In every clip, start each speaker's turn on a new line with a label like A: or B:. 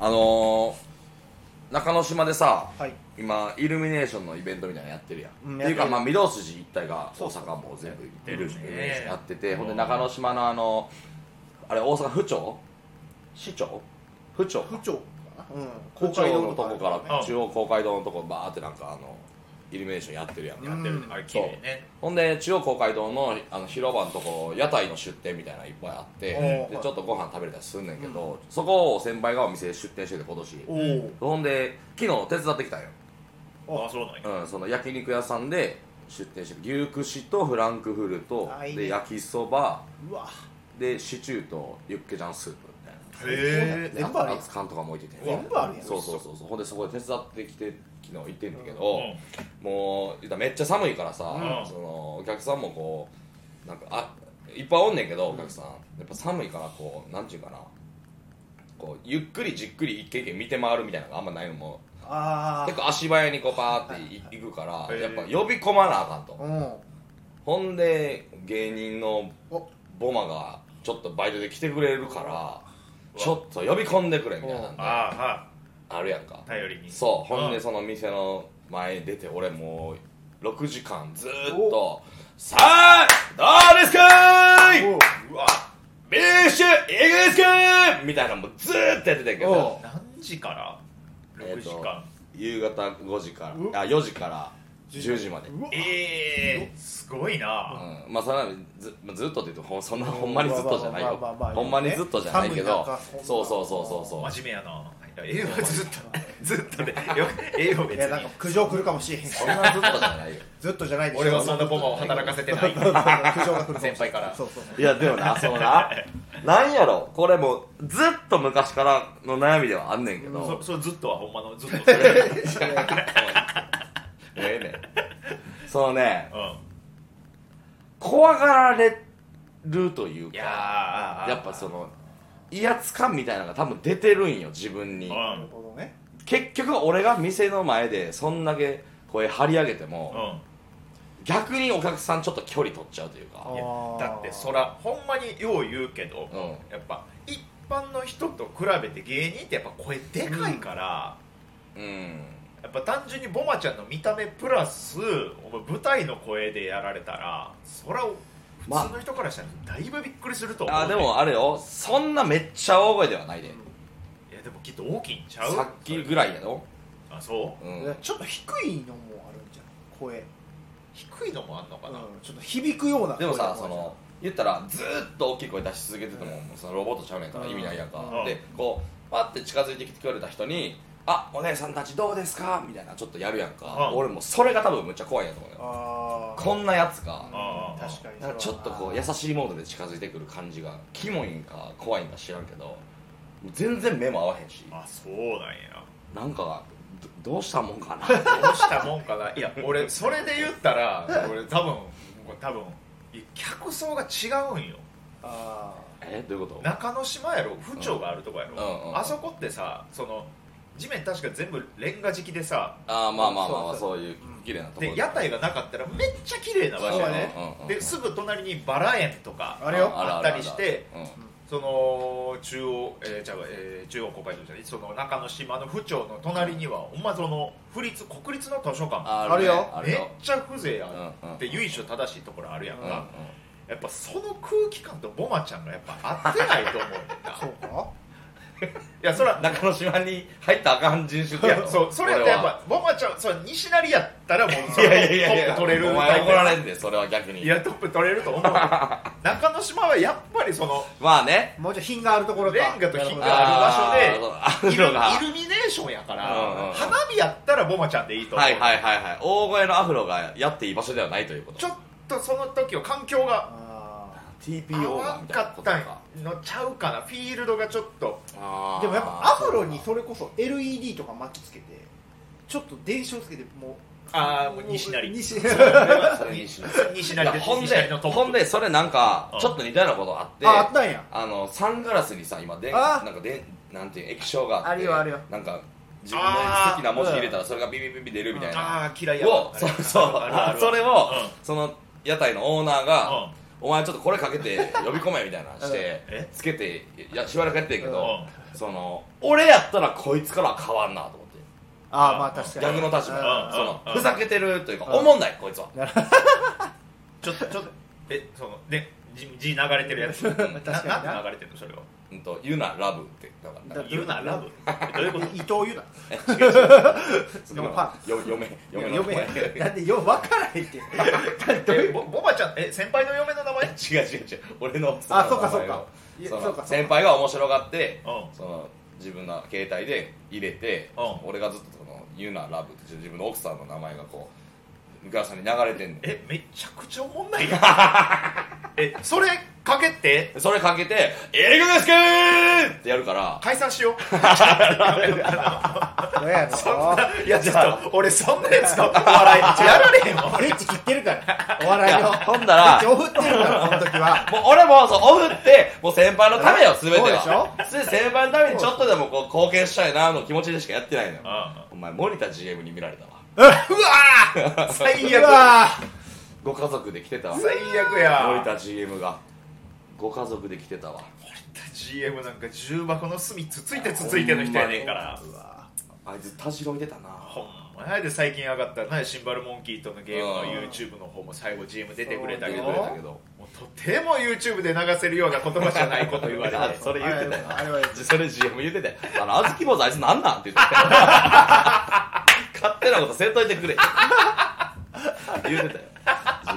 A: あのー、中之島でさ、
B: はい
A: 今イルミネーションのイベントみたいなのやってるやん、
B: うん
A: っていうか、
B: やってる
A: まあ、御堂筋一帯が大阪も全部イルミネーションやってて、ほんで中之島のあのあれ大阪府庁市庁府庁
B: 府庁かなうん
A: 府庁のと
B: あ
A: こ
B: る
A: から
B: ね
C: らね
A: 中央公会堂のとこバーってなんかあのイルミネーションやってるやん
C: やってるね
B: うん
C: あれ綺麗ね
A: ほんで中央公会堂のあの広場のとこ屋台の出店みたいなのいっぱいあって
B: おー
A: でちょっとご飯食べれたりすんねんけど、そこを先輩がお店出店してて今年
B: おお
A: ほんで昨日手伝ってきたんよ、
C: あそうなんや
A: うん、その焼肉屋さんで出店して牛串とフランクフルト
B: あいいね
A: で焼きそば
B: うわ
A: でシチューとユッケジャンスープみたいな
C: へ
B: 全部あるやん
A: 熱燗とかも置いてて
B: うわ全部あるやん
A: そうそうそうそうほんでそこで手伝ってきて昨日行ってんだけど、
C: え
A: もう言ったらめっちゃ寒いからさ、
C: うん
A: そのお客さんもこうなんかあいっぱいおんねんけどお客さんやっぱ寒いからこうなんていうかなこうゆっくりじっくり一軒一軒見て回るみたいなのがあんまないのも
B: あ
A: 結構足早にこうパーってい行くから
C: へえ
A: やっぱ呼び込まなあかんと、
B: あうん
A: ほんで芸人の
B: お
A: ボマがちょっとバイトで来てくれるからちょっと呼び込んでくれみたいなんで
C: ああ
A: あるやんか
C: あ頼りに
A: そうほん
C: う
A: で
C: ん
A: その店の前に出て俺もう6時間ずーっと
B: お
A: 「さあどうですかーい
B: お
C: うわ
A: ビッシュいくですかーい!」みたいなのもずーっとやってたけど
B: お
C: 何時から
A: え
C: 6
A: ー
C: 時
A: と
C: 間
A: 夕方5時から
B: う
A: あ4時から10時まで、
B: うわ
C: ええすごいな
A: うんまあそんなずずっとって言うとほんそんなほんまにずっとじゃないよ
B: まあまあまあまあ
A: ほんまにずっとじゃないけど
B: 寒い中
A: そうそうそうそうそう
C: 真面目やな英語ずっと ずっとでよ英語
B: い
C: 別
B: やなん
C: に
B: か苦情来るかもしれへん
A: そんなずっとじゃないよ
B: ずっとじゃないでしょ
C: 俺はそんなボマを働かせてない
B: 苦情が来るかもしれない
C: 先輩から
B: そうそうそ う
A: いやでもなその ななんやろこれもうずっと昔からの悩みではあんねんけど、
C: そそれずっとはほんまのずっと
A: もうええねんそのね
C: う
A: 怖がられるというんか
C: いやーあー
A: やっぱその威圧感みたいなのが多分出てるんよ自分に
B: なる
C: う
B: ほどね
A: 結局俺が店の前でそんだけ声張り上げて
C: ん
A: も
C: うん
A: 逆にお客さんちょっと距離取っちゃうというか
B: あ
C: いや
B: ー
C: だってそらほんまによう言うけど、
A: うん
C: やっぱ一般の人と比べて芸人ってやっぱ声でかいから、
A: うん
C: やっぱ単純にボマちゃんの見た目プラスお前舞台の声でやられたらそら
A: まあ
C: 普通の人からしたらだいぶびっくりすると思う、
A: あでもあれよそんなめっちゃ大声ではないで
C: いやでもきっと大きいんちゃう
A: さっきぐらいやろ
C: あそう
A: う
B: いや
A: ん
B: ちょっと低いのもあるんじゃん声
C: 低いのもあんのかな、
B: うんちょっと響くような
A: でもさそ
B: 声も
A: の言ったらずーっと大きい声出し続けてても,、そのロボットちゃうねんから
B: うん
A: 意味ないやんか、
C: うん
A: でこうパッて近づいてきてくれた人に「あお姉さんたちどうですか?」みたいなちょっとやるやんか、
C: うん
A: 俺もうそれが多分むっちゃ怖いんやと思うよ、
B: ある
A: こんなやつが、
B: あ
C: あー
B: ー確かに
A: なんかちょっとこう優
B: や
A: しいモードで近づいてくる感じがキモいんか怖いんか知らんけどもう全然目も合わへんし
C: あそうなんや
A: なんかどどうしたもんか な
C: どうしたもんかないや俺それで言ったら俺多分多分いや客層が違うんよ
B: あ
A: えどういうこと
C: 中之島やろ府庁があるとこやろ、
A: うんうんうん
C: あそこってさその地面確か全部レンガ敷きでさ
A: ああまあまあまあまあ
B: そ
A: そういう綺麗なところ
C: で屋台がなかったらめっちゃ綺麗な場所やね、
A: うんうんうんうん
C: ですぐ隣にバラ園とか
B: あれよ
C: あったりして、
A: うん
C: その中央、えーじゃあえー中央公会堂じゃないその中之島の府庁の隣にはほんまその府立国立の図書館
A: あ
B: あるよ
A: ある
C: めっ
A: よ
C: ちゃ風情あって
A: うん
C: 由緒正しいところあるやんか、
A: うんうん
C: やっぱその空気感とボマちゃんがやっぱ合ってないと思うん
B: あそ
C: だ
B: うか
C: いやそら
A: 中之島に入ったらあかん人種
C: い
A: や
C: や
A: ろ
C: そうそれやったらやっぱボマちゃんそれ西成やったらもうそ
A: いやいやいやいや
C: トップ取れる
A: お前怒られ
C: い
A: んでそれは逆に
C: やトップ取れると思う 中之島はやっぱりその
A: まあね
B: もうちょい品があるところか
C: レンガと品が
A: あ
C: あ
A: 場
C: るイルイル
A: あるのが
C: ミネーションやから
A: うんうん
C: 花火やったらボマちゃんでいいと思う、
A: はいはいはいはい大声のアフロがやっていい場所ではないということ
C: ちょっとその時は環境が
B: あ
A: TPO
C: 合
A: が
C: わ
A: み
C: ん
A: たいな
C: か
A: こ
C: っ
A: と
C: た
A: か
C: んのちゃうかなフィールドがちょっと
A: あー
B: ーでもやっぱアフロにそれこそ LED とか巻きつけてちょっと電子をつけてもう
C: ああもう西成
B: 西
A: そ れ西成
C: 西
A: い
C: 成
A: や
C: です
A: ほん
C: 西成
A: で
C: のトップ
A: ほんでそれなんか
C: うん
A: ちょっと似たようなことあって
B: ああったんや
A: あのサングラスにさ今で
B: あ
A: なんかでなんていう液晶があって
B: あるよあるよ
A: なんか自分の好きな文字入れたらそれがビビビビ出るみたいな
C: ああ嫌いやわ
A: をそうそう
C: あるあるある
A: それを
C: うん
A: その屋台のオーナーが
C: う
A: お前ちょっとこれかけて呼び込めみたいなのして
C: うんえ
A: つけていやしばらくやってんけど
C: う
A: その俺やったらこいつからは変わんなと思って
B: ああまあ確かに
A: 逆の立
C: う
A: 場
C: ん
A: その
C: うん
A: ふざけてるというか
B: うん
A: おもんないこいつは
C: ちょっとちょっとえそのね字字流れてるや つ
A: ん
C: な
B: 確かにな
C: なんで流れてるのそれは
A: うんと言うなラブってだから
B: だ
C: 言うなラブ どうい
B: 伊藤優
C: うこと
B: だ
A: 次の
B: でもパ
A: よ嫁嫁の
B: 嫁やなんでよ分からへんってどうい
C: え
B: う
C: ぼボバちゃんえ先輩の嫁の名前
A: 違う違う違う俺の
B: あ
A: の
B: そうかそうかいや
A: その
B: そうかそうか
A: 先輩が面白がって
C: うん
A: その自分の携帯で入れて
C: うん
A: 俺がずっとその「言うなラブ」って自分の奥さんの名前がこう向川さんに流れてんね
C: えめちゃくちゃおも んないやんえそれかけて
A: んそれかけて「映画ですけー!」ってやるから
C: 解散し よう
B: 何やろ
C: いやちょっと俺そんなやつのお笑いやられへんわ
B: フレッチ切ってるからお笑いの
A: いやほんなら
B: フレッチ振ってるからその時 は
A: もう俺もそうオフってもう先輩のためよ全ては
B: そ
A: で先輩のためにちょっとでもこう貢献したいなの気持ちでしかやってないのよ
C: あ
A: お前森田 GM に見られたわ
B: うわ最悪わ
A: ご家族で来てたわ
C: 最悪や
A: 森田 GM がご家族で来てたわ
C: GM なんか重箱の隅つついてつついての人やねんから
A: あいつたじろいでたな
C: ほんまやで最近上がったなシンバルモンキーとのゲームの
A: うん
C: YouTube の方も最後 GM 出てくれた
A: 出
C: け
A: て
C: ど
A: くれたけど
C: もうとても YouTube で流せるような言葉じゃないこと言われ て
A: あそれ言ってたよ
B: あれは
A: なそれ GM 言ってたよあの小豆坊主あいつなんなんって言ってたよ勝手なことせんといてくれ言ってたよ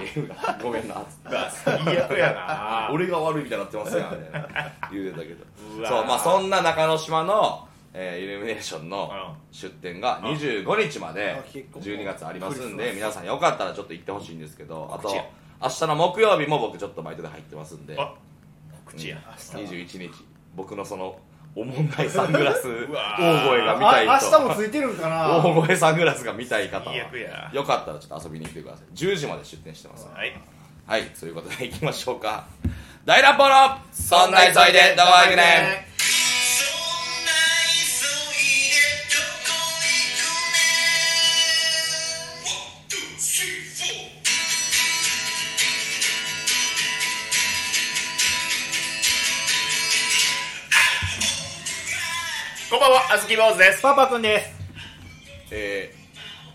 A: GM がごめんなっつって
C: 最悪やな
A: 俺が悪いみたいになってますやんみたいな言うてたけど
C: うわ
A: そうまあそんな中之島の、えーイルミネーションの
C: う
A: 出店が25日まで
B: あ結構
A: 12月ありますん
B: クリスマ
A: で
B: ス
A: 皆さんよかったらちょっと行ってほしいんですけどあと
C: 告知や
A: 明日の木曜日も僕ちょっとバイトで入ってますんで
C: あ告知や
B: 明日
A: 21日僕のそのおもんないサング ラス
C: うわ
A: 大声が見たい
B: あ明日も
A: 人
B: ついてるんかな
A: 大声サングラスが見たい方は
C: 最悪や
A: よかったらちょっと遊びに来てください10時まで出店してます
C: はい
A: はい、ということで行きましょうか。大乱暴のそんな急いでどこ行くねん
C: こんばんはあずき坊主です
B: パパくんです
A: え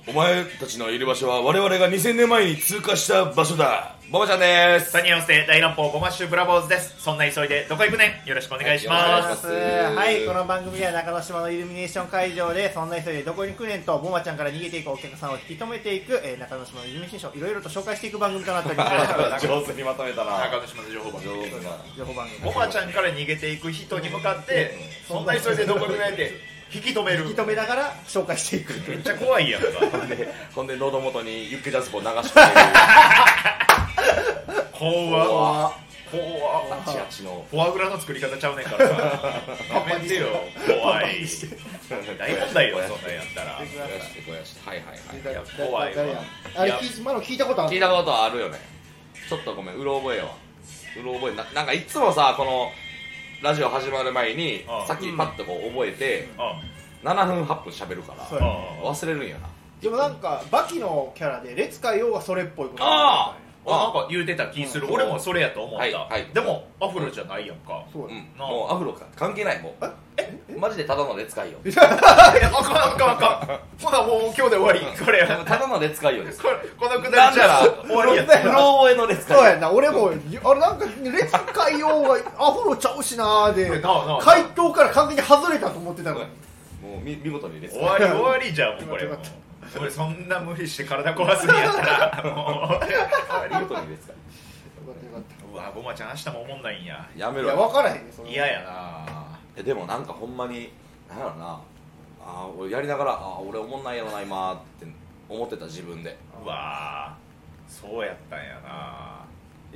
A: ー、お前たちのいる場所は我々が2000年前に通過した場所だ。ママちゃんです。
C: サニーオステ大乱暴ごまっしゅブラボーズですそんな急いでどこ行くねんよろしくお願いし
A: はいお
C: ま
A: 願
C: す
A: いし
B: はい、この番組では中之島のイルミネーション会場でそんな人でどこに来ねんとボマちゃんから逃げていくお客さんを引き止めていく、えー中之島のイルミネーションをいろいろと紹介していく番組となっております
A: 上手にまとめたな。
C: 中之島の情報番
A: 上
C: 組
A: 手な。
B: 情報番組
C: ボマちゃんから逃げていく人に向かってそんな急いでどこ行くねんって引き止める
B: 引き止めながら紹介していく
C: めっちゃ怖いやんか
A: ほんで、ほんで喉元にユッケジャズコを流して る。
C: 怖っ
A: あ
C: 怖っ
A: ちあちの。
C: フォアグラの作り方ちゃうねんからさやめてよ怖い大問題よそんなんやったら
A: 肥やして肥やして。はいはいはい。
C: いや怖いわ
B: 誰やあれ
C: いや
B: 聞い今の聞いたことあ
A: 聞い
B: る
A: たことあるよねちょっとごめんうろ覚えやわうろ覚えななんかいつもさこのラジオ始まる前に
C: ああ
A: さっきパッとこう覚えて、
C: あ
A: 7分8分喋るから、
B: そう
C: あ
A: 忘れるんやな
B: でもなんかバキのキャラで列海王がそれっぽいこと
A: ああ
C: あなんか言うてた気する俺もそれやと思っ
A: はい
C: た
A: はい
C: でもアフロじゃないやんか
B: そう
A: う
B: だ
A: ん
C: なあ
A: もうアフロか関係ないもうマジでただので使いよ
C: いやあかんあかんあかんほなもう今日で終わりこれ
A: ただので使いよです
C: これこのく
A: な
C: だり
A: ん
C: じ
A: な
C: ゃ
A: ら
C: 終わりや
A: うろ
C: っ
B: だよ
A: 覚えので使い
B: そうや
A: よ
B: んな俺もあれなんか列海王がアフロちゃうしなーで
C: なあなあ
B: 回答から完全に外れたと思ってたのに
A: もう見見事にで使い
C: 終わり終わりじゃんもうこれ
B: よ
C: も
B: か
C: う
B: った
C: 俺そんな無理して体壊すんやったらも
A: 見事にで使
B: よかったよかっ
C: ううわごまちゃん明日もおもんないんや
A: いやめ
B: たい
A: ろ
B: や
A: よ
B: 分からへんねその
C: 嫌やな
A: えでもなんかほんまになんやろなあー俺やりながらあー俺おもんないやろな今って思ってた自分で
C: うわそうやったんやな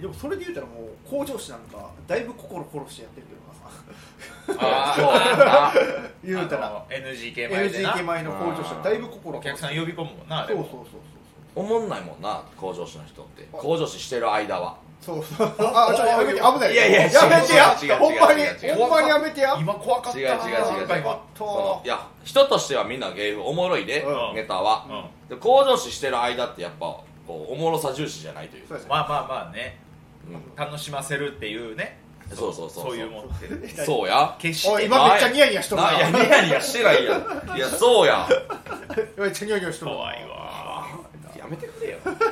B: でもそれで言うたらもう向上心なんかだいぶ心殺してやってるけどな
C: あ
A: そうやな
B: 言うたら
C: あの NGK 前でな
B: LGK 前の向上心だいぶ心
C: お客さん
B: ん
C: 呼び込むもんなあれ
B: そう
C: も
B: そうそう
A: おもんないもんな向上心の人って向上心してる間は
B: そうそうそうあちょやめて危ない
A: いやいや
B: やめてや
A: 違う違う違う
B: ほんまに
A: 違う違う
B: ほんまにやめてや
C: 今怖かった
A: 違う違う違う違う
C: 今
A: そのいや人としてはみんな芸風おもろいで、
B: うん
A: ネタは、で向上心してる間ってやっぱこうおもろさ重視じゃないという
B: そう
A: か
B: やね
C: まあまあまあね
A: うん
C: 楽しませるっていうね
A: そうそうそう
C: そういうもんって
A: そうや
C: 決し
B: おい
C: て
B: 今めっちゃニヤニヤしとる
A: な
B: ない
A: やニヤニヤしてないやんいやそうや
B: めっちゃニヤニヤしとる
C: 怖いわ
A: やめてくれよ
C: なかっ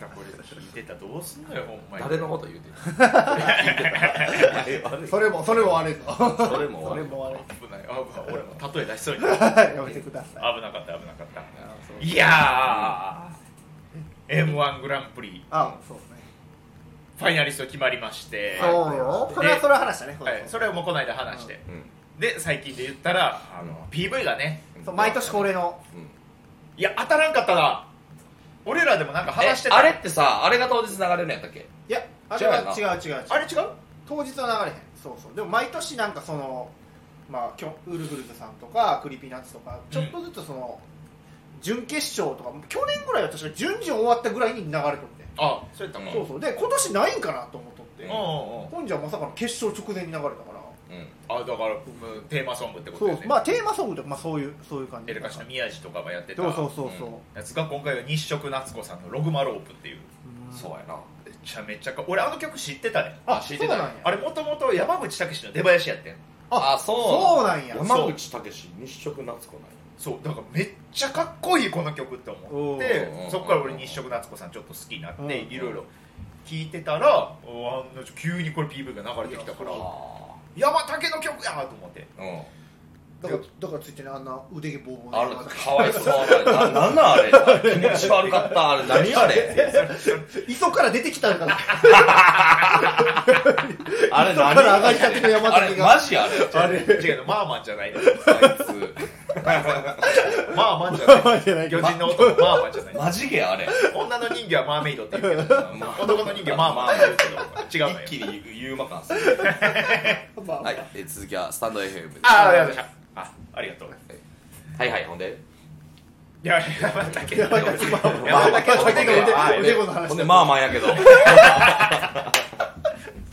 C: たこれ聞いてたらどうすんのよほんまに
A: 誰のこと言うてる聞いて た悪い
B: それもそれも悪いぞ
A: それも
B: そ
A: 悪
B: れ
A: い
B: も悪い
C: 危ない危ない俺も例え出しそうになる
B: やめてください
C: 危なかった危なかったいやー m 1グランプリ
B: あそうね
C: ファイナリスト決まりまして
B: そうよそれはそれは話したね
C: はい、それをもうこの間話して、
A: うん
C: で最近で言ったらあの、PV がね
B: そう毎年恒例の
A: うん
C: いや当たらんかったな俺らでもなんか話して
A: え
C: た
A: あれってさあれが当日流れるんやったっけ
B: いやあれは
A: 違
B: 違
A: う
B: う違う違う
C: あれ違う
B: 当日は流れへんそうそうでも毎年なんかそのまあきょウルフルズさんとかクリピーナッツとかちょっとずつその、準決勝とか去年ぐらいは確か準々終わったぐらいに流れとって、
C: あそうやったもん
B: そうそうで今年ないんかなと思っとって、
A: うん
C: う
B: 本じゃまさかの決勝直前に流れたから、
A: うん
C: んうんあだからうんテーマソングってこ
B: そ
C: と
B: う
C: ですね、
B: まあテーマソングとか、まあ、そういうそういう感じ
C: エレカシの宮治とかがやってた
B: そうそうそうそう、
A: うん
C: やつが今回は日食夏子さんの「ログマロープ」っていう
B: うん
A: そうやな
C: めちゃめちゃか俺あの曲知ってたね
B: あ
A: 知
B: そ
A: っ
B: う
A: てた
B: なんや
C: あれもともと山口武の出囃子やってん
A: あそう
B: そうなんや
A: 山口武日食夏子なんや
C: そうだからめっちゃかっこいいこの曲って思って
A: おー
C: そこから俺日食夏子さんちょっと好きになっ
B: うん
C: ていろいろ聞いてたらおあの急にこれ PV が流れてきたから
A: あ
C: 山竹の曲やと思って
A: あうん
B: だからだからついてねあんな腕毛ボーボー
A: あ
B: の
A: れかわいそうなななんなんあれ気持ち悪かったあれ何あれ
B: 磯から出てきたんかな
A: あれ
B: 磯か
A: 何
B: ら上がりたての山
A: あれ
B: 崎が
A: マジあれ
C: あれ違うのマーマンじゃない
A: あ
C: の
A: いつ
C: マーマンじゃない
B: マジでない
C: 巨人の男マーマンじゃない
A: マジゲあれ
C: 女の人魚はマーメイドって言うけど男の人魚はマーマンって言うけど違うのよ
A: 一気に言うま感する
B: まあ
A: はいえ続きはスタンド FM です
C: ああありがとうございましたあ
A: は
C: ありがとう
A: いはいほんで
C: いや山竹
B: 山崎マーマン山崎
C: 山
B: マーマン
C: 竹
B: お
C: の
B: でこの話
A: ほんでまあまあやけ ど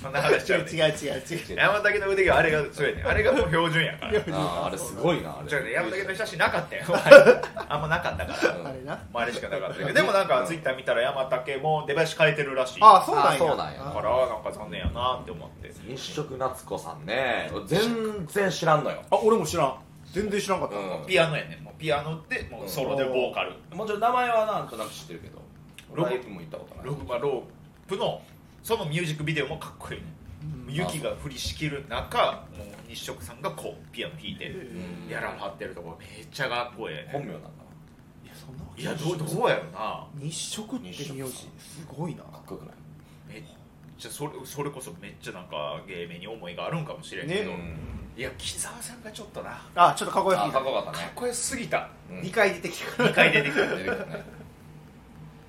C: そんな話しちゃうね
B: 違う違う違う
C: 山竹の腕があれがそうやねあれがもう標準やから
A: あーあれすごいなあれ
C: じゃあね山竹の写真なかったよあんまなかったから
A: うん
B: あれな
C: あれしかなかったけどでもなんかツイッター見たら山竹も出囃子変えてるらしい
B: あ
C: だ
B: あそうなん
A: あ
B: や
A: そうなんや
B: あ
C: からなんか残念やなって思って
A: 日食夏子さんね全然知らんのよ
B: あ俺も知らん全然知らんかった、
A: う
C: ピアノやねもうピアノでもうソロでボーカル
A: んもちろん名前はなんとなく知ってるけど
C: ロゴ
A: ライブも行ったことない
C: ログマロープのそのミュージックビデオもかっこいいね
B: うん
C: 雪が降りしきる中もう日食さんがこうピアノ弾いて
A: うん
C: やらはってるとこめっちゃかっこええ
A: 本
C: ね
A: 名なんだ
B: いやそんなわけ
C: い
B: な
C: や
B: い
C: どうどうやろな
B: 日食って名字
A: 日
B: す
A: 食
B: ごいな
A: かっこよくない
C: めっちゃそれそれこそめっちゃなんか芸名に思いがあるんかもしれんけど、
B: ね
C: いや木澤さんがちょっとなか
B: あちょっとかっこよ
A: あかっこ
B: く
A: よかった
C: っ
A: ね
C: こよすぎた
A: うん
B: 2回出てきた
C: 2回出てきた
A: 出てきたね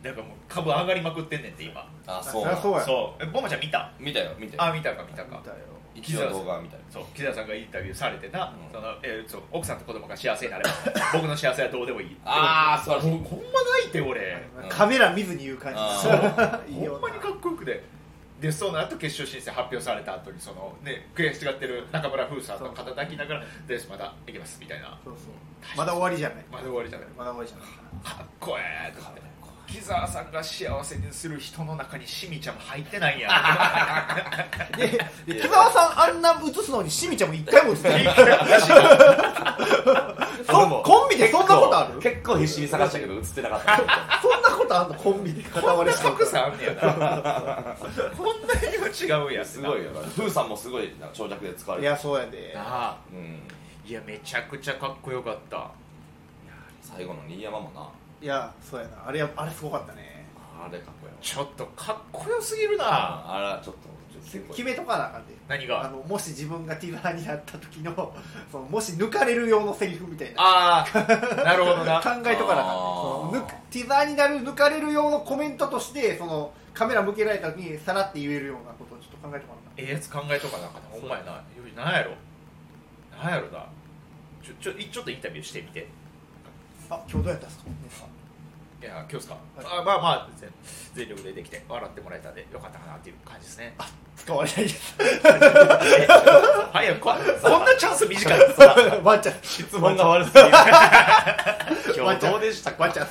C: なんかもう株上がりまくってんねんって今
A: あそう
B: あそうや
C: そうえボマちゃん見た
A: 見たよ見たよ
C: あ見たか見たか
B: だよ
A: 一応動画は見たよ
C: そう木澤さんがインタビューされてな、
A: うん
C: そのえーそう奥さんと子供が幸せにな れば僕の幸せはどうでもいい
A: ああ素晴らし
C: ほ
A: い
C: んほんま泣いて俺
A: うん
B: カメラ見ずに言う感じ
A: そう
B: いいよ
C: ほんまにかっこよくてでその後決勝進出発表された後にそのね悔しがってる中村風さんの肩抱きながら「ですまた行きます」みたいな
B: そうそうまだ終わりじゃない
C: まだ終わりじゃない
B: まだ終わりじゃない
C: かっこええと思って木澤さんが幸せにする人の中にシミちゃんも入ってないんや
B: で木澤さんあんな映すのにしみちゃんも一回も映ってない
A: あでも
B: そコンビでそんなことある
A: 結構結構必死に探したけど映ってなか った
B: そんなことあんのコンビで片
C: こん
B: 割れ
C: な
B: しと
C: 格
B: く
C: 差あんねやな こんなにも違うんやって
A: す
C: な
A: ごいよふーさんもすごいな長尺で使われ
B: い
A: てる
B: やそうやで
C: なあ
A: うん
C: いやめちゃくちゃかっこよかった
A: 最後の新山もない
B: やそうやなあれやあれすごかったね
A: あれかっこよ
C: ちょっとかっこよすぎるな
A: ああれはちょっとちょっと結構
B: 決めとかなあかんで
C: 何
B: あ
C: が
B: のもし自分がティラーになった時の そのもし抜かれる用のセリフみたいな
C: ああ なるほど
B: 考
C: な
B: えとかなあかんね
A: あー
B: その抜くティザーになる抜かれる用のコメントとしてそのカメラ向けられた時にさらって言えるようなことをちょっと考えとかなあかん
C: ええやつ考えとかなあかんなほんまやなよしなんやろなんやろなちょちょいちょっとインタビューしてみて
B: あ今日どうやったっすか
C: いや今日っすか、
B: は
C: あまあまあ全全力でできて笑ってもらえたんでよかったかなっていう感じですね
B: 使われないです
C: 早くここんなチャンス短いんですか
B: ワンちゃん
A: 質問が悪すぎる今日どうでしたか
B: ワンちゃん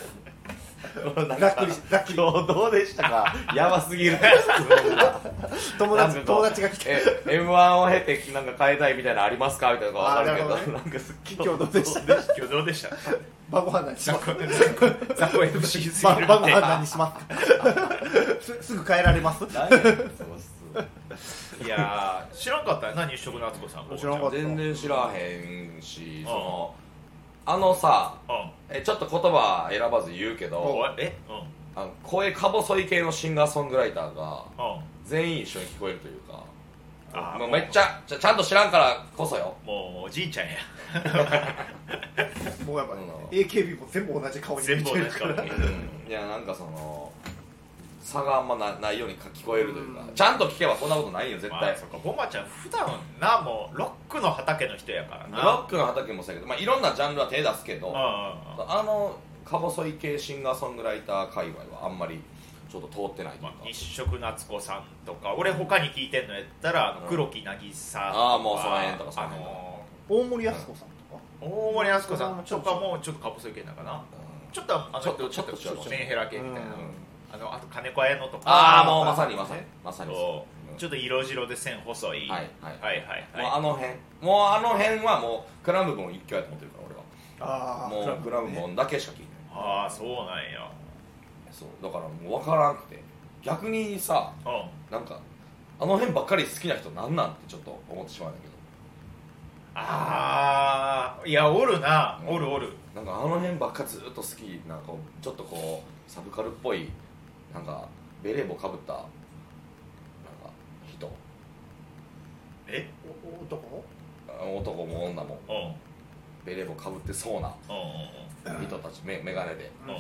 B: ざっく りざっくり
A: 今日どうでしたかやばすぎる
B: 友
A: なん
B: 達
A: か
B: 友達が来て
A: え M1 を経てなんか変えたいみたいなのありますかみたいなのが分かるけど
B: あなるほど
A: なんかすっき
B: 今日どうでした
C: 今日どうでした
B: 晩ご飯何し
C: 雑
B: ますか
C: 魚雑魚 MC すぎるっ て
B: 晩晩ご飯何します かすすぐ帰られます
C: いやー知らんかったよ何一色の敦子さん
B: 知らんかった
A: 全然知らへんしそのあのさ
C: うん
A: えちょっと言葉選ばず言うけど
C: おえうん
A: あの声か細い系のシンガーソングライターが
C: うん
A: 全員一緒に聞こえるというか
C: あー
A: もうめっちゃちゃちゃんと知らんからこそよ
C: もうおじいちゃんや
B: もうやっぱ
A: うん
B: AKB も全部同じ顔に
C: 全
B: 似
C: 部
B: て
C: 同
B: る
C: じ
B: から
C: 顔に
A: いやなんかその差があんまなないように聞こえるというかちゃんと聞けばそんなことないよ絶
C: まあ
A: 対
C: そっかボマちゃん普段なもうロックの畑の人やから
A: ロ
C: な
A: ックの畑もそうやけど、まあ、いろんなジャンルは手出すけど
C: うんうんうん
A: あのか細い系シンガーソングライター界隈はあんまりちょっと通ってないという
C: ま
A: か、
C: あ、日食夏子さんとか俺他に聞いてんのやったらあ
A: う
C: の
A: ん
C: 黒木渚さんと
A: あーもうその辺とかそ
C: あ
A: の辺とか
C: の
B: 大森靖子さんとか
C: ー大森靖子さん
B: ちょ
C: と
B: っと
C: かもちょっとかぶせ系だかな
A: う
C: ちょっとあの
A: ちょっと
C: ちょっと
A: ちょっと
C: メンヘラ系みたいな、
A: ん
B: う
C: あのあと金子綾乃とか
A: ああもう
B: あー
A: まさにまさにまさにそ
C: そううんちょっと色白で線細い、
A: はいはい
C: はいはいはい
A: もうあの辺もうあの辺はもうクラムボン一挙やと思ってるから
B: ああ
A: 俺はもうクラムボンだけしか聞いてない
C: ああそうなんや
A: そうだからもう分からんくて逆にさ
C: うん
A: なんかあの辺ばっかり好きな人なんなんってちょっと思ってしまうんだけど
C: ああいやおるなおるおる
A: なんかあの辺ばっかずっと好きなんかこうちょっとこうサブカルっぽいなんかベレー帽かぶったなんか人
C: え
B: お男
A: あ男も女も
C: うんうん
A: ベレー帽かぶってそうな
C: う
A: 人たちめ眼鏡で
C: んうん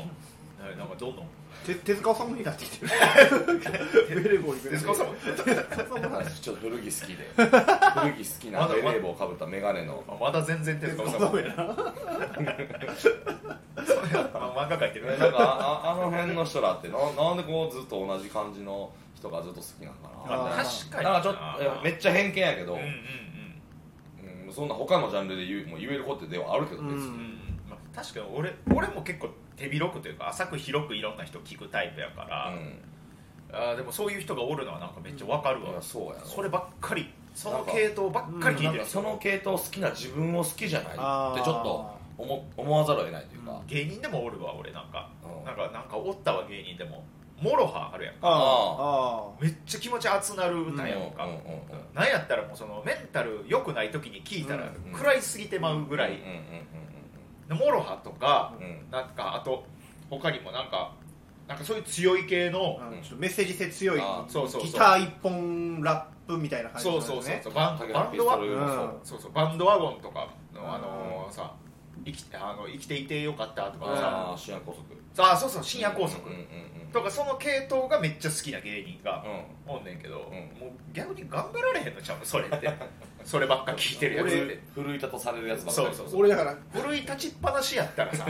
C: うんなんかどんどん
B: 手手塚治虫になってきてる ベレーボーイベレーボーイ
C: ん
A: なんかちょっと古着好きで古着好きなベレー帽かぶった眼鏡の
C: あまだ全然手塚治虫やな 漫画描いてる
A: えなんかああの辺の人らってななんでこうずっと同じ感じの人がずっと好きなのか
B: あ
A: な
C: あ確かに
A: なんかちょっといやめっちゃ偏見やけど、
C: うんうん
A: うんそんな他のジャンルで言うもう言えることではあるけど別に、
B: うん
C: うんうんまあ確かに俺俺も結構手広くというか浅く広くいろんな人聞くタイプやから、
A: う
C: あーでもそういう人がおるのはなんかめっちゃわかる
A: ん、い
C: わ
A: や、そうやろ
C: そればっかりその系統ばっかり聞い
A: なん
C: てる
A: かその系統好きな自分を好きじゃない
B: あー
A: ってちょっと思思わざるを得ないというか、
C: 芸人でもおるわ俺なんか
A: うん
C: なんかなんかおったわ芸人でもモロハあるやん
B: ああ
C: めっちゃ気持ち熱なる歌やんか、
A: うんうんうんうん
C: なんやったらもうそのメンタル良くない時に聞いたら
A: うん
C: 食らいすぎてまうぐらい、
A: うんうん
C: でモロハとか、
A: うんうんうん
C: なんかあと他にもなんかなんかそういう強い系の、
B: あうんちょっとメッセージ性強い
A: あー
C: そうそうそう
B: ギター一本ラップみたいな感じの
C: そ
B: や
C: う
B: つ
C: そうそう
B: ね
C: そうバン
A: 竹
C: バ
A: 原
C: ン
A: ピ
C: ド
A: ス
C: ワ
A: ト
C: ゴン
A: ルもそう
C: そうそうバンドワゴンとか
B: う
C: の
B: ん
C: あのーさ生きあの生きていてよかったとか
A: あ
C: さ
A: あ深夜高速
C: あそうそう深夜高速
A: うんうんうん
C: とかその系統がめっちゃ好きな芸人が
A: うん
C: おんねんけど、
A: ん
C: もう逆に頑張られへんのちゃうのそれってそればっか聞いてるやつって
A: 古いたとされるやつばっかり
C: そうそう
B: 俺だから
C: 古い立ちっぱなしやったらさ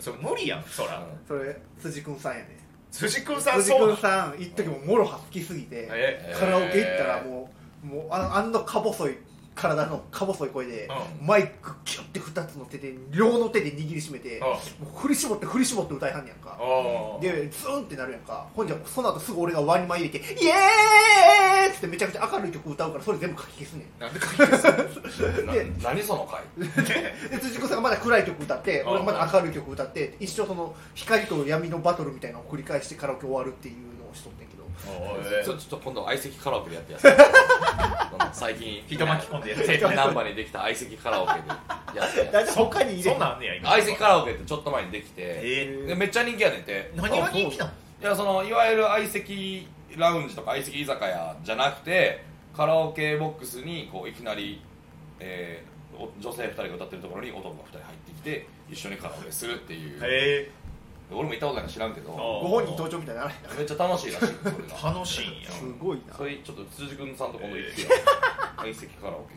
C: それ無理やんそら、
A: う
B: それ辻君さんやね
C: 辻君さん
B: 辻
C: そう
B: 君
C: な
B: さん一時ももろは好きすぎて
C: え
A: えー
B: カラオケ行ったらもうもうあのあんなか細い体のか細い声で、
C: う
B: マイクキュッて2つの手で両の手で握りしめて、
C: あ
B: もう振り絞って振り絞って歌いはんねやんか
C: あ
B: でズーンってなるやんかほんじゃその後すぐ俺が輪に紛れて「イエーイ!」っつってめちゃくちゃ明るい曲歌うからそれ全部書き消すねん
C: なんで書いてんすか
A: んな何その回
B: で辻子さんがまだ暗い曲歌って
C: あ
B: 俺がまだ明るい曲歌って一生その光と闇のバトルみたいなのを繰り返してカラオケ終わるっていうのをしとってんけど
C: おい
A: ちょちょっと今度相席カラオケでやってや つ最近
C: 人巻き込んでやっ
A: テレ
C: て
A: ビナンバーにできた相席カラオケでやってやつ
B: 大体他に入れ
C: そ
B: へ
C: ん
B: ん
C: なんあんねや今
A: 相席カラオケってちょっと前にできて、
C: え
A: でめっちゃ人気やねんて
C: ー、何が人気なの
A: いやそのいわゆる相席ラウンジとか相席居酒屋じゃなくてカラオケボックスにこういきなり、えーお女性2人が歌ってるところに男が2人入ってきて一緒にカラオケするっていう、
C: へ
A: 俺も行ったことないから知らんけど
B: ご本人登場みたいにならへん
A: めっちゃ楽しいらしいそれ
C: え
A: が
C: 楽しいんや
B: すごいな
A: それちょっと辻君さんと今度行ってよ、相席カラオケ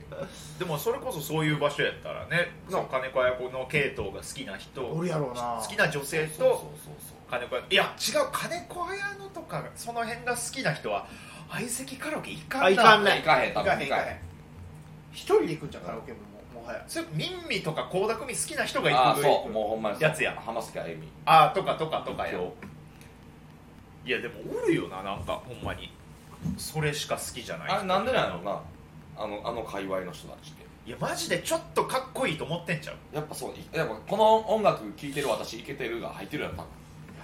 C: でもそれこそそういう場所やったらねそ
A: な
C: の金子綾子の系統が好きな人
B: おるやろうな
C: 好きな女性
A: そう
C: と
A: そうそう
C: 金子綾いや違う金子綾乃とかその辺が好きな人は相席カラオケ行かん
B: あ
C: な
B: 行かん
A: そう
B: ない
A: 行かへん多
B: 行か
A: 分
B: へん
A: 行
B: 行
A: かへ
B: かへ
A: ん
B: ん一人で行くんじゃんカラオケももうはい
C: それミンミとか倖田來未好きな人が
A: あ
C: 行
A: あ
C: く
A: そうもうほんまにそう
C: やつや
A: 浜崎あゆみ
C: あーとかとかとかや
A: 今日
C: いやでもおるよななんかほんまにそれしか好きじゃない人
A: あれなんでなんやろうなあのあの界隈の人たちって
C: いやマジでちょっとかっこいいと思ってんちゃう
A: やっぱそういやっぱこの音楽聴いてる私イケてるが入ってるやん多分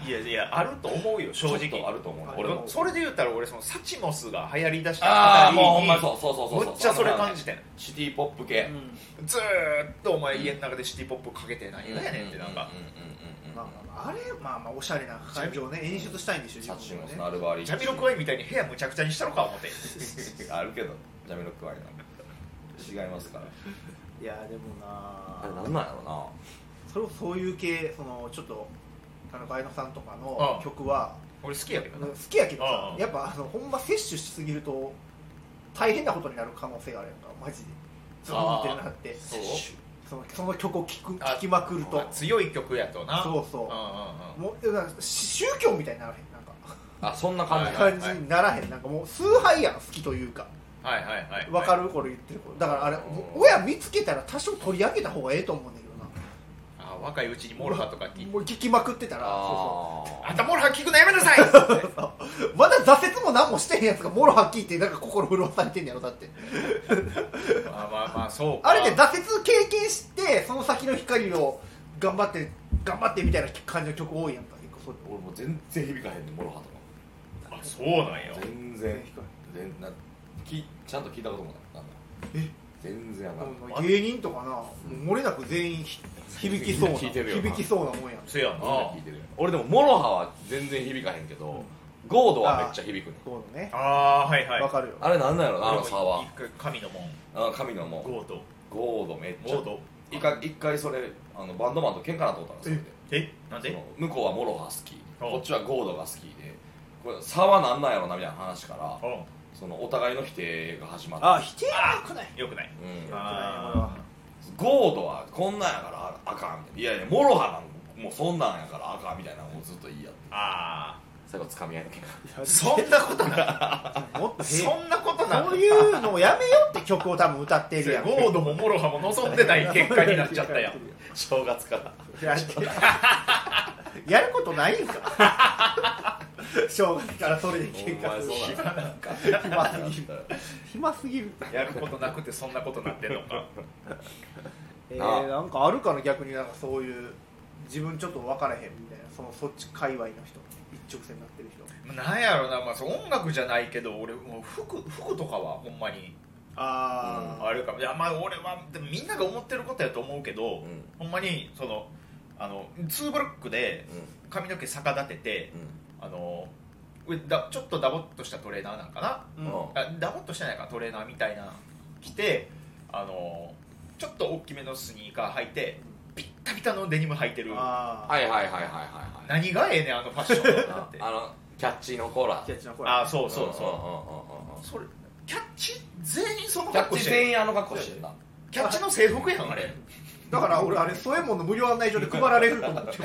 C: いやいやあると思うよ正
A: ちょっとあ
C: 直
A: ると思うな
B: はい
A: 俺も
C: それで言ったら俺そのサチモスが流行りだした
A: ああ
C: あた
A: もうほんまに
C: り
A: そうそうそうそう
C: にむっちゃそれ感じてん
A: シティポップ系
C: ずーっとお前家の中でシティポップかけてないよねんってなんか
A: うんうんうんうんうん
B: まあまあまあ、あれまあまあおしゃれな感情をね演出したいんでしょ
A: サ
B: 自
A: チ
B: 分
A: モ
B: は
A: ス
B: ね
A: のアルバーリッチ
C: ジャミロクワイみたいに部屋むちゃくちゃにしたのか思って
A: あるけどジャミロクワイな違いますから
B: いやでも
A: あれ
B: な
A: なんなんやろうな
B: それこそそういう系そのちょっと田中愛乃さんとか
C: あ
B: の
C: あ
B: 曲は
C: 俺好きやけどな
B: 好きやけど
C: あ
B: さ
C: あ
B: やっぱあのほんま摂取しすぎると大変なことになる可能性があるやんかマジでズーンってなって
C: そう
B: そのその曲を聴く
C: あ
B: 聴きまくると
C: あ強い曲やとな
B: そう
C: うんうん
B: そ
C: うん
B: うもうだからし宗教みたいにならへんなんか
A: あそんな感じ
C: はい
B: 感じにならへんなんかもう崇拝やん好きというか
C: はいはいはい
B: わかるこれ言ってることだからあれもう
A: うん
B: 親見つけたら多少取り上げた方がええと思うんだけどな
C: あ若いうちにモルハとか聞いて
B: もう聞きまくってたらそ
A: あ
C: 「
A: ー
C: あんたモルハ聞くのやめなさい!」って
B: うそうまだ挫折も何もしてへんやつがもろはっきり言ってなんか心震わされてんやろだって
C: まあまあまあそうか
B: あれで挫折経験してその先の光を頑張って頑張ってみたいな感じの曲多いやんか結構そう
A: 俺もう全然響かへんねんモロハとか
C: あそうなんや
A: 全然
B: 全然響か
A: 全なきちゃんと聞いたこともないなんだ
B: え
A: 全然やな
B: あの芸人とかなもう漏れなく全員ひ響きそうな
A: 聞いてるよな
B: 響きそうなもんやん
C: せやな
A: 聞いてるよ俺でもモロハは全然響かへんけどゴードはめっちゃ響くね
B: こうのね
C: ああーはいはい
B: わかるよ
A: あれなんなんやろなあ
C: 俺
A: の
C: も
A: 差は
C: 一回神の門
A: あ神のも
C: ゴード
A: うゴードめっ
C: モ
A: ちゃ
C: ード
A: 一回一回それあのバンドマンと喧嘩なと思ったんですよ
C: えなん
A: そ
C: で
A: の向こうはモロハ好き
C: お
A: こっちはゴードが好きでこれ差はなんなんやろなみたいな話から
C: うん
A: そのお互いの否定が始まって
B: あ否定は良くない
C: よくない
A: うん
C: あ
A: ゴードはこんなんやからあかんみたいないやいやモロハなんもうそんなんやからあかんみたいなのをずっと言い合って
C: ーあ
A: 最後つかみ合いの喧
C: ーそんなことない
B: もっと平
C: そんなことない
B: そういうのをやめようって曲を多分歌ってるやん。
C: ゴードもモロハも望んでない結果になっちゃったやん
A: 正月から
B: ややることないんか。正月からそれで
A: お前
B: 喧嘩する
A: そうなんだ
B: 暇すぎる。暇すぎる。
C: やることなくてそんなことなってんの か
B: え
A: なあ
B: ー、なんかあるかな逆になんかそういう自分ちょっと分からへんみたいなそのそっち界隈の人一直線になってる人。
C: なんやろな、まあ、そう音楽じゃないけど俺もう服服とかはほんまに
B: ああ、
C: あれかもいやまあ俺はでもみんなが思ってることやと思うけど、
A: うん
C: ほんまにそのあのツーブロックで髪の毛逆立ててあの上だちょっとダボっとしたトレーナーなんかな
B: うん
A: うん
C: あダボっとしてないかトレーナーみたいなの着てあのちょっと大きめのスニーカー履いてピッタピタのデニム履いてる
B: ああ、
A: はいはいはいはいはいはい
C: 何がええねんあのファッションだ
A: あ
C: って
A: あのキャッチーのコーラ
B: キャッチの声。
C: ああそうそうそう、
A: う
C: それキャッチ全員その
A: んキャ
C: 格
A: ッ
C: 好
A: チ
C: してる
A: 全員あの格好してるな
C: キャッチの制服やんあれ
B: だから俺あれ添えもんの無料案内所で配られると思って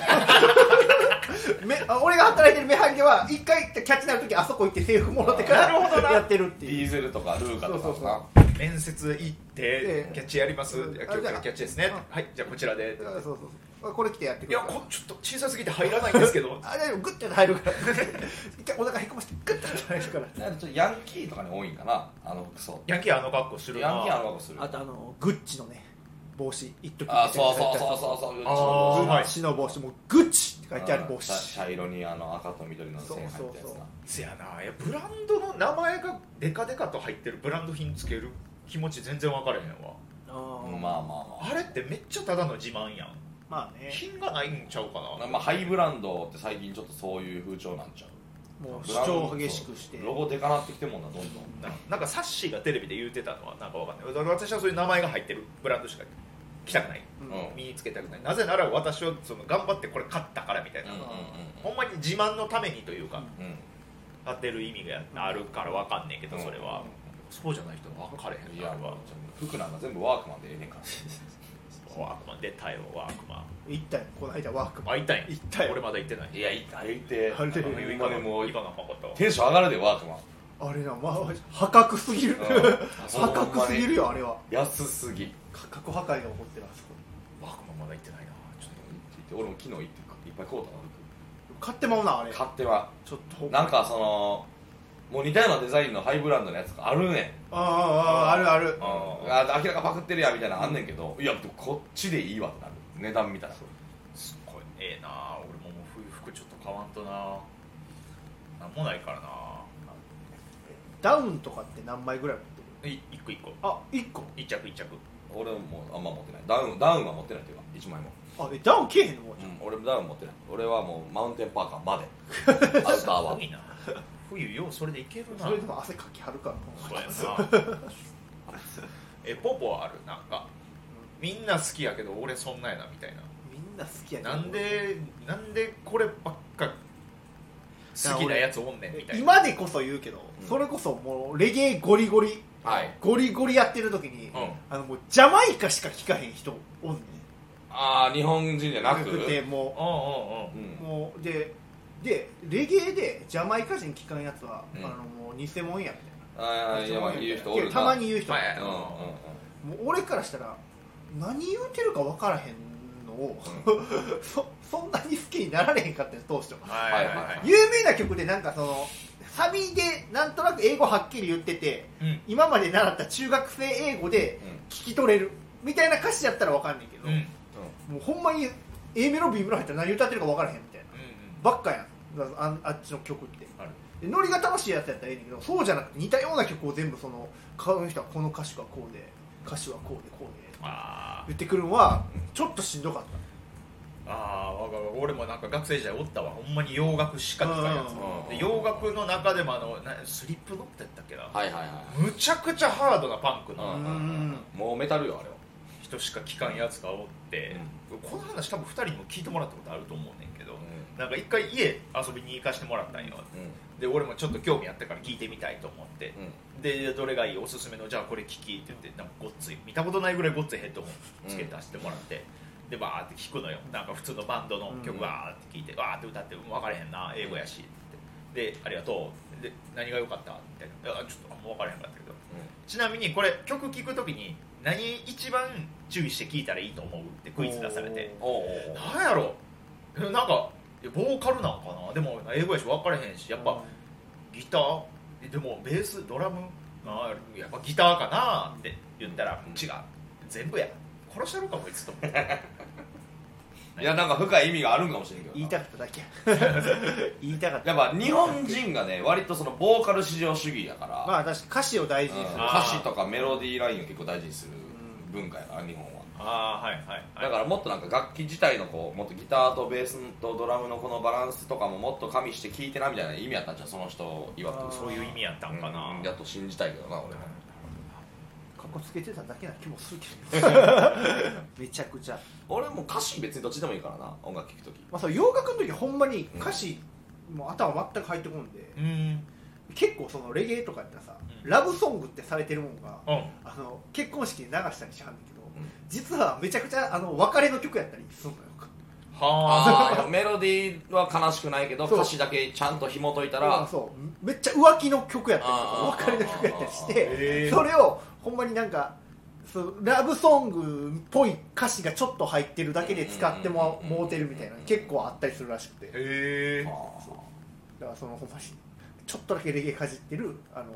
B: る めあ俺が働いてるメハンゲは一回キャッチになるときあそこ行って制服もらってから
C: なるほどな
B: やってるって
A: デ
B: い
A: ィ
B: う
A: ーゼルとかルーカと
B: そうそう
A: か
B: そ
C: 面接行って
B: ええ
C: キャッチやります
B: うん
C: いや今日からキャッチですねはいじゃあこちらで
B: あそうそうそうあこれ着てやってく
C: い
B: れ
C: や
B: る
C: こちょっと小さすぎて入らないんですけど
B: あでもグッて入るから一回お腹へこましてグッて入るから
A: さなんかちょっとヤンキーとかに多いんかなあの服装
C: ヤンキーあの格好するな
A: ヤンキーあの格好する
B: あとあのグッチのね帽子一時
A: あそうそうそうそうそう
C: あ
B: グ
C: ーはい
B: ッチの帽子もうグッチって書いてある帽
A: 茶
B: 子
A: 茶色にあの赤と緑の線入ったや
B: そうそう
A: つ
B: そう
A: な
C: せやないやブランドの名前がデカデカと入ってるブランド品つける気持ち全然分からへんわ
B: あ
A: うん
B: ー
A: まあまあま
C: あれってめっちゃただの自慢やん
B: まあね
C: 品がないんちゃうか
A: あ
C: な
A: まあハイブランドって最近ちょっとそういう風潮なんちゃう
B: もう主張を激しくして
A: ロゴでかなってきてるもんなどんどん
C: ななんかサッシーがテレビで言うてたのはなんかわかんない私はそういう名前が入ってるブランドしか着たくない
B: うん
A: うん
C: 身につけたくないなぜなら私はその頑張ってこれ買ったからみたいな、
A: うんうん
C: ほんまに自慢のためにというか、
B: うん
A: うん
C: 買ってる意味があるからわかんねえけど、
A: うん
C: それは、そうじゃない人は分かれへん
A: い
C: か
A: や
C: らわ
A: 服なんか全部ワークマンでええねんから
C: ワークマン出たよワークマン
B: 行ったよこの間ワークマン
C: 会いたいん
B: 行ったよ
C: 俺まだ行ってない
A: いやいあれ行って
B: あれ
A: ほんまにもう
C: 今の誠
A: テンション上がるでワークマン
B: あれな、まあ、破格すぎる、
A: う ん
B: 破格すぎるよあれは
A: 安すぎ
B: 核破壊が起こってるあそこ
C: ワークマンまだ行ってないなちょっ
A: 俺も昨日行っていっぱい買うたな
B: 買ってまうなあれ
A: 買っては
B: ちょっと
A: なんかそのもう似たようなデザインのハイブランドのやつがあるねん
B: あああああるある
C: うん
A: あ明らかパクってるやみたいなのあんねんけど、いやでもこっちでいいわってなる値段見たら
C: とすっごいええな俺ももう冬服ちょっと買わんとななんもないからな
B: ダウンとかって何枚ぐらい持ってる
C: い一個一個
B: あ一1個
C: 一着一着
A: 俺ももうあんま持ってないダウンダウンは持ってないっていうか1枚も、
B: あえダウンけえへんのもう
A: うん、俺もダウン持ってない俺はもうマウンテンパーカーま でアウターは
C: すごいな冬ようそれでいけるな
B: それでも汗かきはるから
C: そうや なえポポはあるなんかみんな好きやけど俺そんなやなみたいな
B: みんな好きやけど
C: なんでなんでこればっか好きなやつおんねんみたいな
B: 今でこそ言うけど、
A: うん
B: それこそもうレゲエゴリゴリ
A: はい
B: ゴリゴリやってる時に、
A: うん
B: あのもうジャマイカしか聴かへん人おんねん
A: ああ日本人じゃ なく
B: てもう
C: う
A: う
C: んうんうん
A: ん
B: もうででレゲエでジャマイカ人聞かんやつは、
A: うん
B: あのもう偽物やみ
A: ああ
B: たいな
A: 今言う人おるな
B: たまに言う人、
C: まあ
A: うんうんうん
B: もう俺からしたら何言うてるか分からへんのを、 そそんなに好きになられへんかったよ当初
C: はい
A: は
C: はいい
A: は
C: はいい
B: 有名な曲でなんかそのサビでなんとなく英語はっきり言ってて
C: うん
B: 今まで習った中学生英語で
A: うん
B: 聞き取れるみたいな歌詞やったら分かんないけど、
C: うんうん
B: もうほんまに A メロ B メロ入ったら何歌ってるか分からへんみたいなばっかやんだからあんあっちの曲って
C: ある
B: でノリが楽しいやつやったらいいねんだけどそうじゃなくて似たような曲を全部そのこの人はこの歌手はこうで歌手はこうでこうで
C: あー
B: 言ってくるのはちょっとしんどかった
C: あーわかる俺もなんか学生時代おったわほんまに洋楽しか聞かんや
B: う
C: つ
B: ん
A: うん
C: で洋楽の中でもあのなスリップノットやったっけな、
A: はいはいはい
C: むちゃくちゃハードなパンク
A: うん
C: の
A: うんうんもうメタルよあれは
C: 人しか聞かんやつがおって、この話多分2人にも聞いてもらったことあると思うねんけど、なんか一回家遊びに行かしてもらったんよ
A: うんうん
C: で俺もちょっと興味あったから聞いてみたいと思って、
A: うん
C: でどれがいいおすすめのじゃあこれ聞きって言ってなんかごっつい見たことないぐらいごっついヘッドホンつけて走ってもらって、でバーって聞くのよなんか普通のバンドの
B: うん
C: 曲バーって聞いてバーって歌って分かれへんな英語やしってでありがとうで何が良かったみたいなあちょっともう分からへんかったけどちなみにこれ曲聴くときに何一番注意して聴いたらいいと思うってクイズ出されて
A: おお
C: なんやろえなんかいやボーカルなんかなでも英語やし分からへんしやっぱギターえでもベースドラムあーやっぱギターかなって言ったら
A: うん
C: 違う全部や殺したろかこいつと思って
A: いやなんか深い意味があるんかもしれんけどな
B: 言いたかった だけ言いたかった
A: やっぱ日本人がね割とそのボーカル至上主義やから、
B: まあ私歌詞を大事
A: うん
B: にする
C: あ
A: 歌詞とかメロディーラインを結構大事にする文化やから日本は
C: ああはいはい
A: だからもっとなんか楽器自体のこうもっとギターとベースとドラムのこのバランスとかももっと加味して聴いてなみたいな意味やったんじゃうその人いわ
B: あ
A: く
B: ー
C: そういう意味やったんかな、
A: うんやっと信じたいけどな俺は
B: かっこつけてただけな気もするけ どめちゃくちゃ、
A: 俺も歌詞別にどっちでもいいからな音楽聴くとき
B: まあ、その洋楽の時ほんまに歌詞、もう頭全く入ってこんで、
C: うんうん
B: 結構そのレゲエとかやったらさ、
C: うん
B: ラブソングってされてるもんが、あの結婚式で流したりしはんねんけど、
A: ん
B: 実はめちゃくちゃあの別れの曲やったりするのよ
C: は
A: ああメロディーは悲しくないけど
B: そう
A: 歌詞だけちゃんと紐解いたら
B: そうめっちゃ浮気の曲やったりと
A: あ
B: か
A: ー
B: 別れの曲やったりし
A: あー
C: へ
B: て
C: ー
B: それをほんまになんかそうラブソングっぽい歌詞がちょっと入ってるだけで使っても
A: うん
B: もうてるみたいな結構あったりするらしくて
C: あへえ
A: あ
B: だからそのほんまにちょっとだけレゲエかじってるあの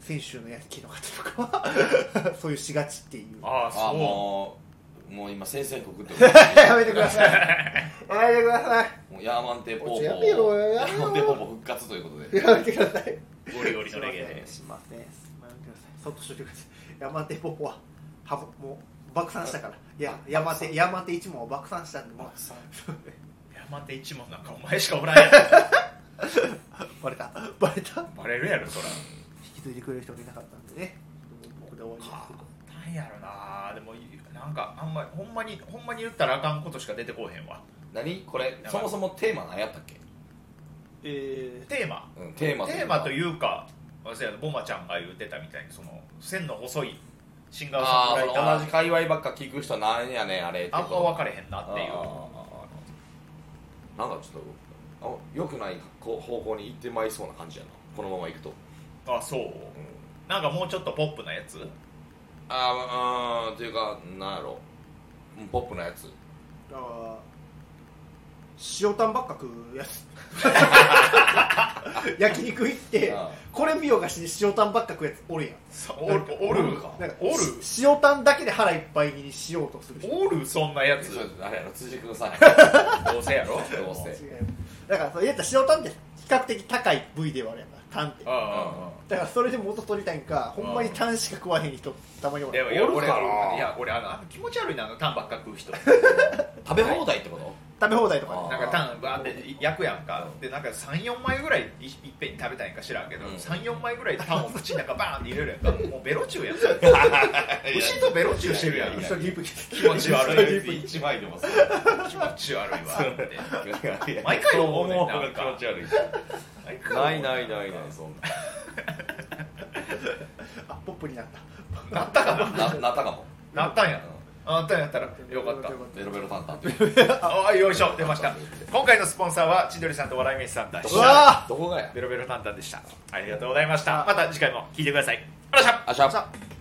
B: 選手のヤンキーの方とか はそういうしがちっていう
C: ああ
A: ーあー
C: そ
A: もうもう今先生国ってこと
B: やめてくださいやめてください
A: もうヤーマンテポーポ
B: こっ
A: ー
B: ちやめろよ
A: ヤーマンテポーポー復活ということで
B: やめてください。
C: うゴリゴリのレゲエ です
B: いません。すいませんやめてください。そっとしといてください。山手ポポは、はぼもう爆散したから。いや、山手、山手一門を爆散したんで、もう、
C: 山手一門なんかお前しかおらんやろ
B: バレた。バレた。
C: バレるやろそら
B: 引き継いでくれる人がいなかったんでね。もうここで終わりですけど。
C: なんやろなでもなんかあんまりほんまにほんまに言ったらあかんことしか出てこうへんわ
A: 何これそもそもテーマ何やったっけ、
B: え
C: テーマ
A: うん、テーマ
C: テーマと
A: う
C: いうか忘れたボマちゃんが言ってたみたいにその線の細いシンガー
A: あ
C: ソングライタ
A: あ
C: ー
A: 同じ界隈ばっか聞く人なんやねんあれって
C: あんま分
A: か
C: かれへんなって
A: なん
C: いう
A: かちょっとあよくないこ方向に行ってまいそうな感じやなこのまま行くと、
C: あそうなんかもうちょっとポップなやつ
A: ああーうんっていうかなんやろうんポップなやつ
B: だから塩タンばっか食うや つ焼肉行って
A: ああ
B: これ見よがしに塩タンばっか食うやつおるやん
C: さおるおるか
B: なんか
C: おる
B: し塩タンだけで腹いっぱいにしようとする人
C: おるそんなやつ
A: それあれやろ辻君さんや
C: どうせやろ
A: ろ どうせ
B: 違うよだからそういった塩タンって比較的高い部位ではあるやんかタンってだか
C: あ
B: らそれで元取りたいんかほんまにタンしか食わへん人たまにお
C: あい
B: る
C: やいや
A: おるか
C: 俺
A: な
C: はいや俺あのあの気持ち悪いなあのタンばっか食う人なん
A: 食べ放題ってこと
B: 食べ放題とかね
C: かタンバーって焼くやんかでなんか34枚ぐらいいいっぺんに食べたいんか知らんけど、
A: うん
C: 34枚ぐらいタンを口の中バーンって入れるや んかもうベロチューやん牛とベロチューしてるやん
A: い
B: 一
A: や
B: 緒に
C: 気持ち悪い
A: 一枚でもさ
C: 気持ち悪いわっ
A: 毎
C: て
A: 回
C: 毎回
A: 思
C: 思
A: う
C: う
A: ね
C: ね
A: ん
C: ん
A: な
C: なんん
A: か
C: か
A: 気持ち悪いないないないないそん
B: あポップになった
C: なったか
A: なななったかも
C: ななったんやなったんやったらよかった
A: ベロベロタンタンって
C: ああよいしょ出ました今回のスポンサーは千鳥さんと笑い飯さんでし
B: う
C: た
B: わ
A: どこがや
C: ベロベロタンタンでしたありがとうございましたまた次回も聞いてくださいありがとうございました
A: あしゃ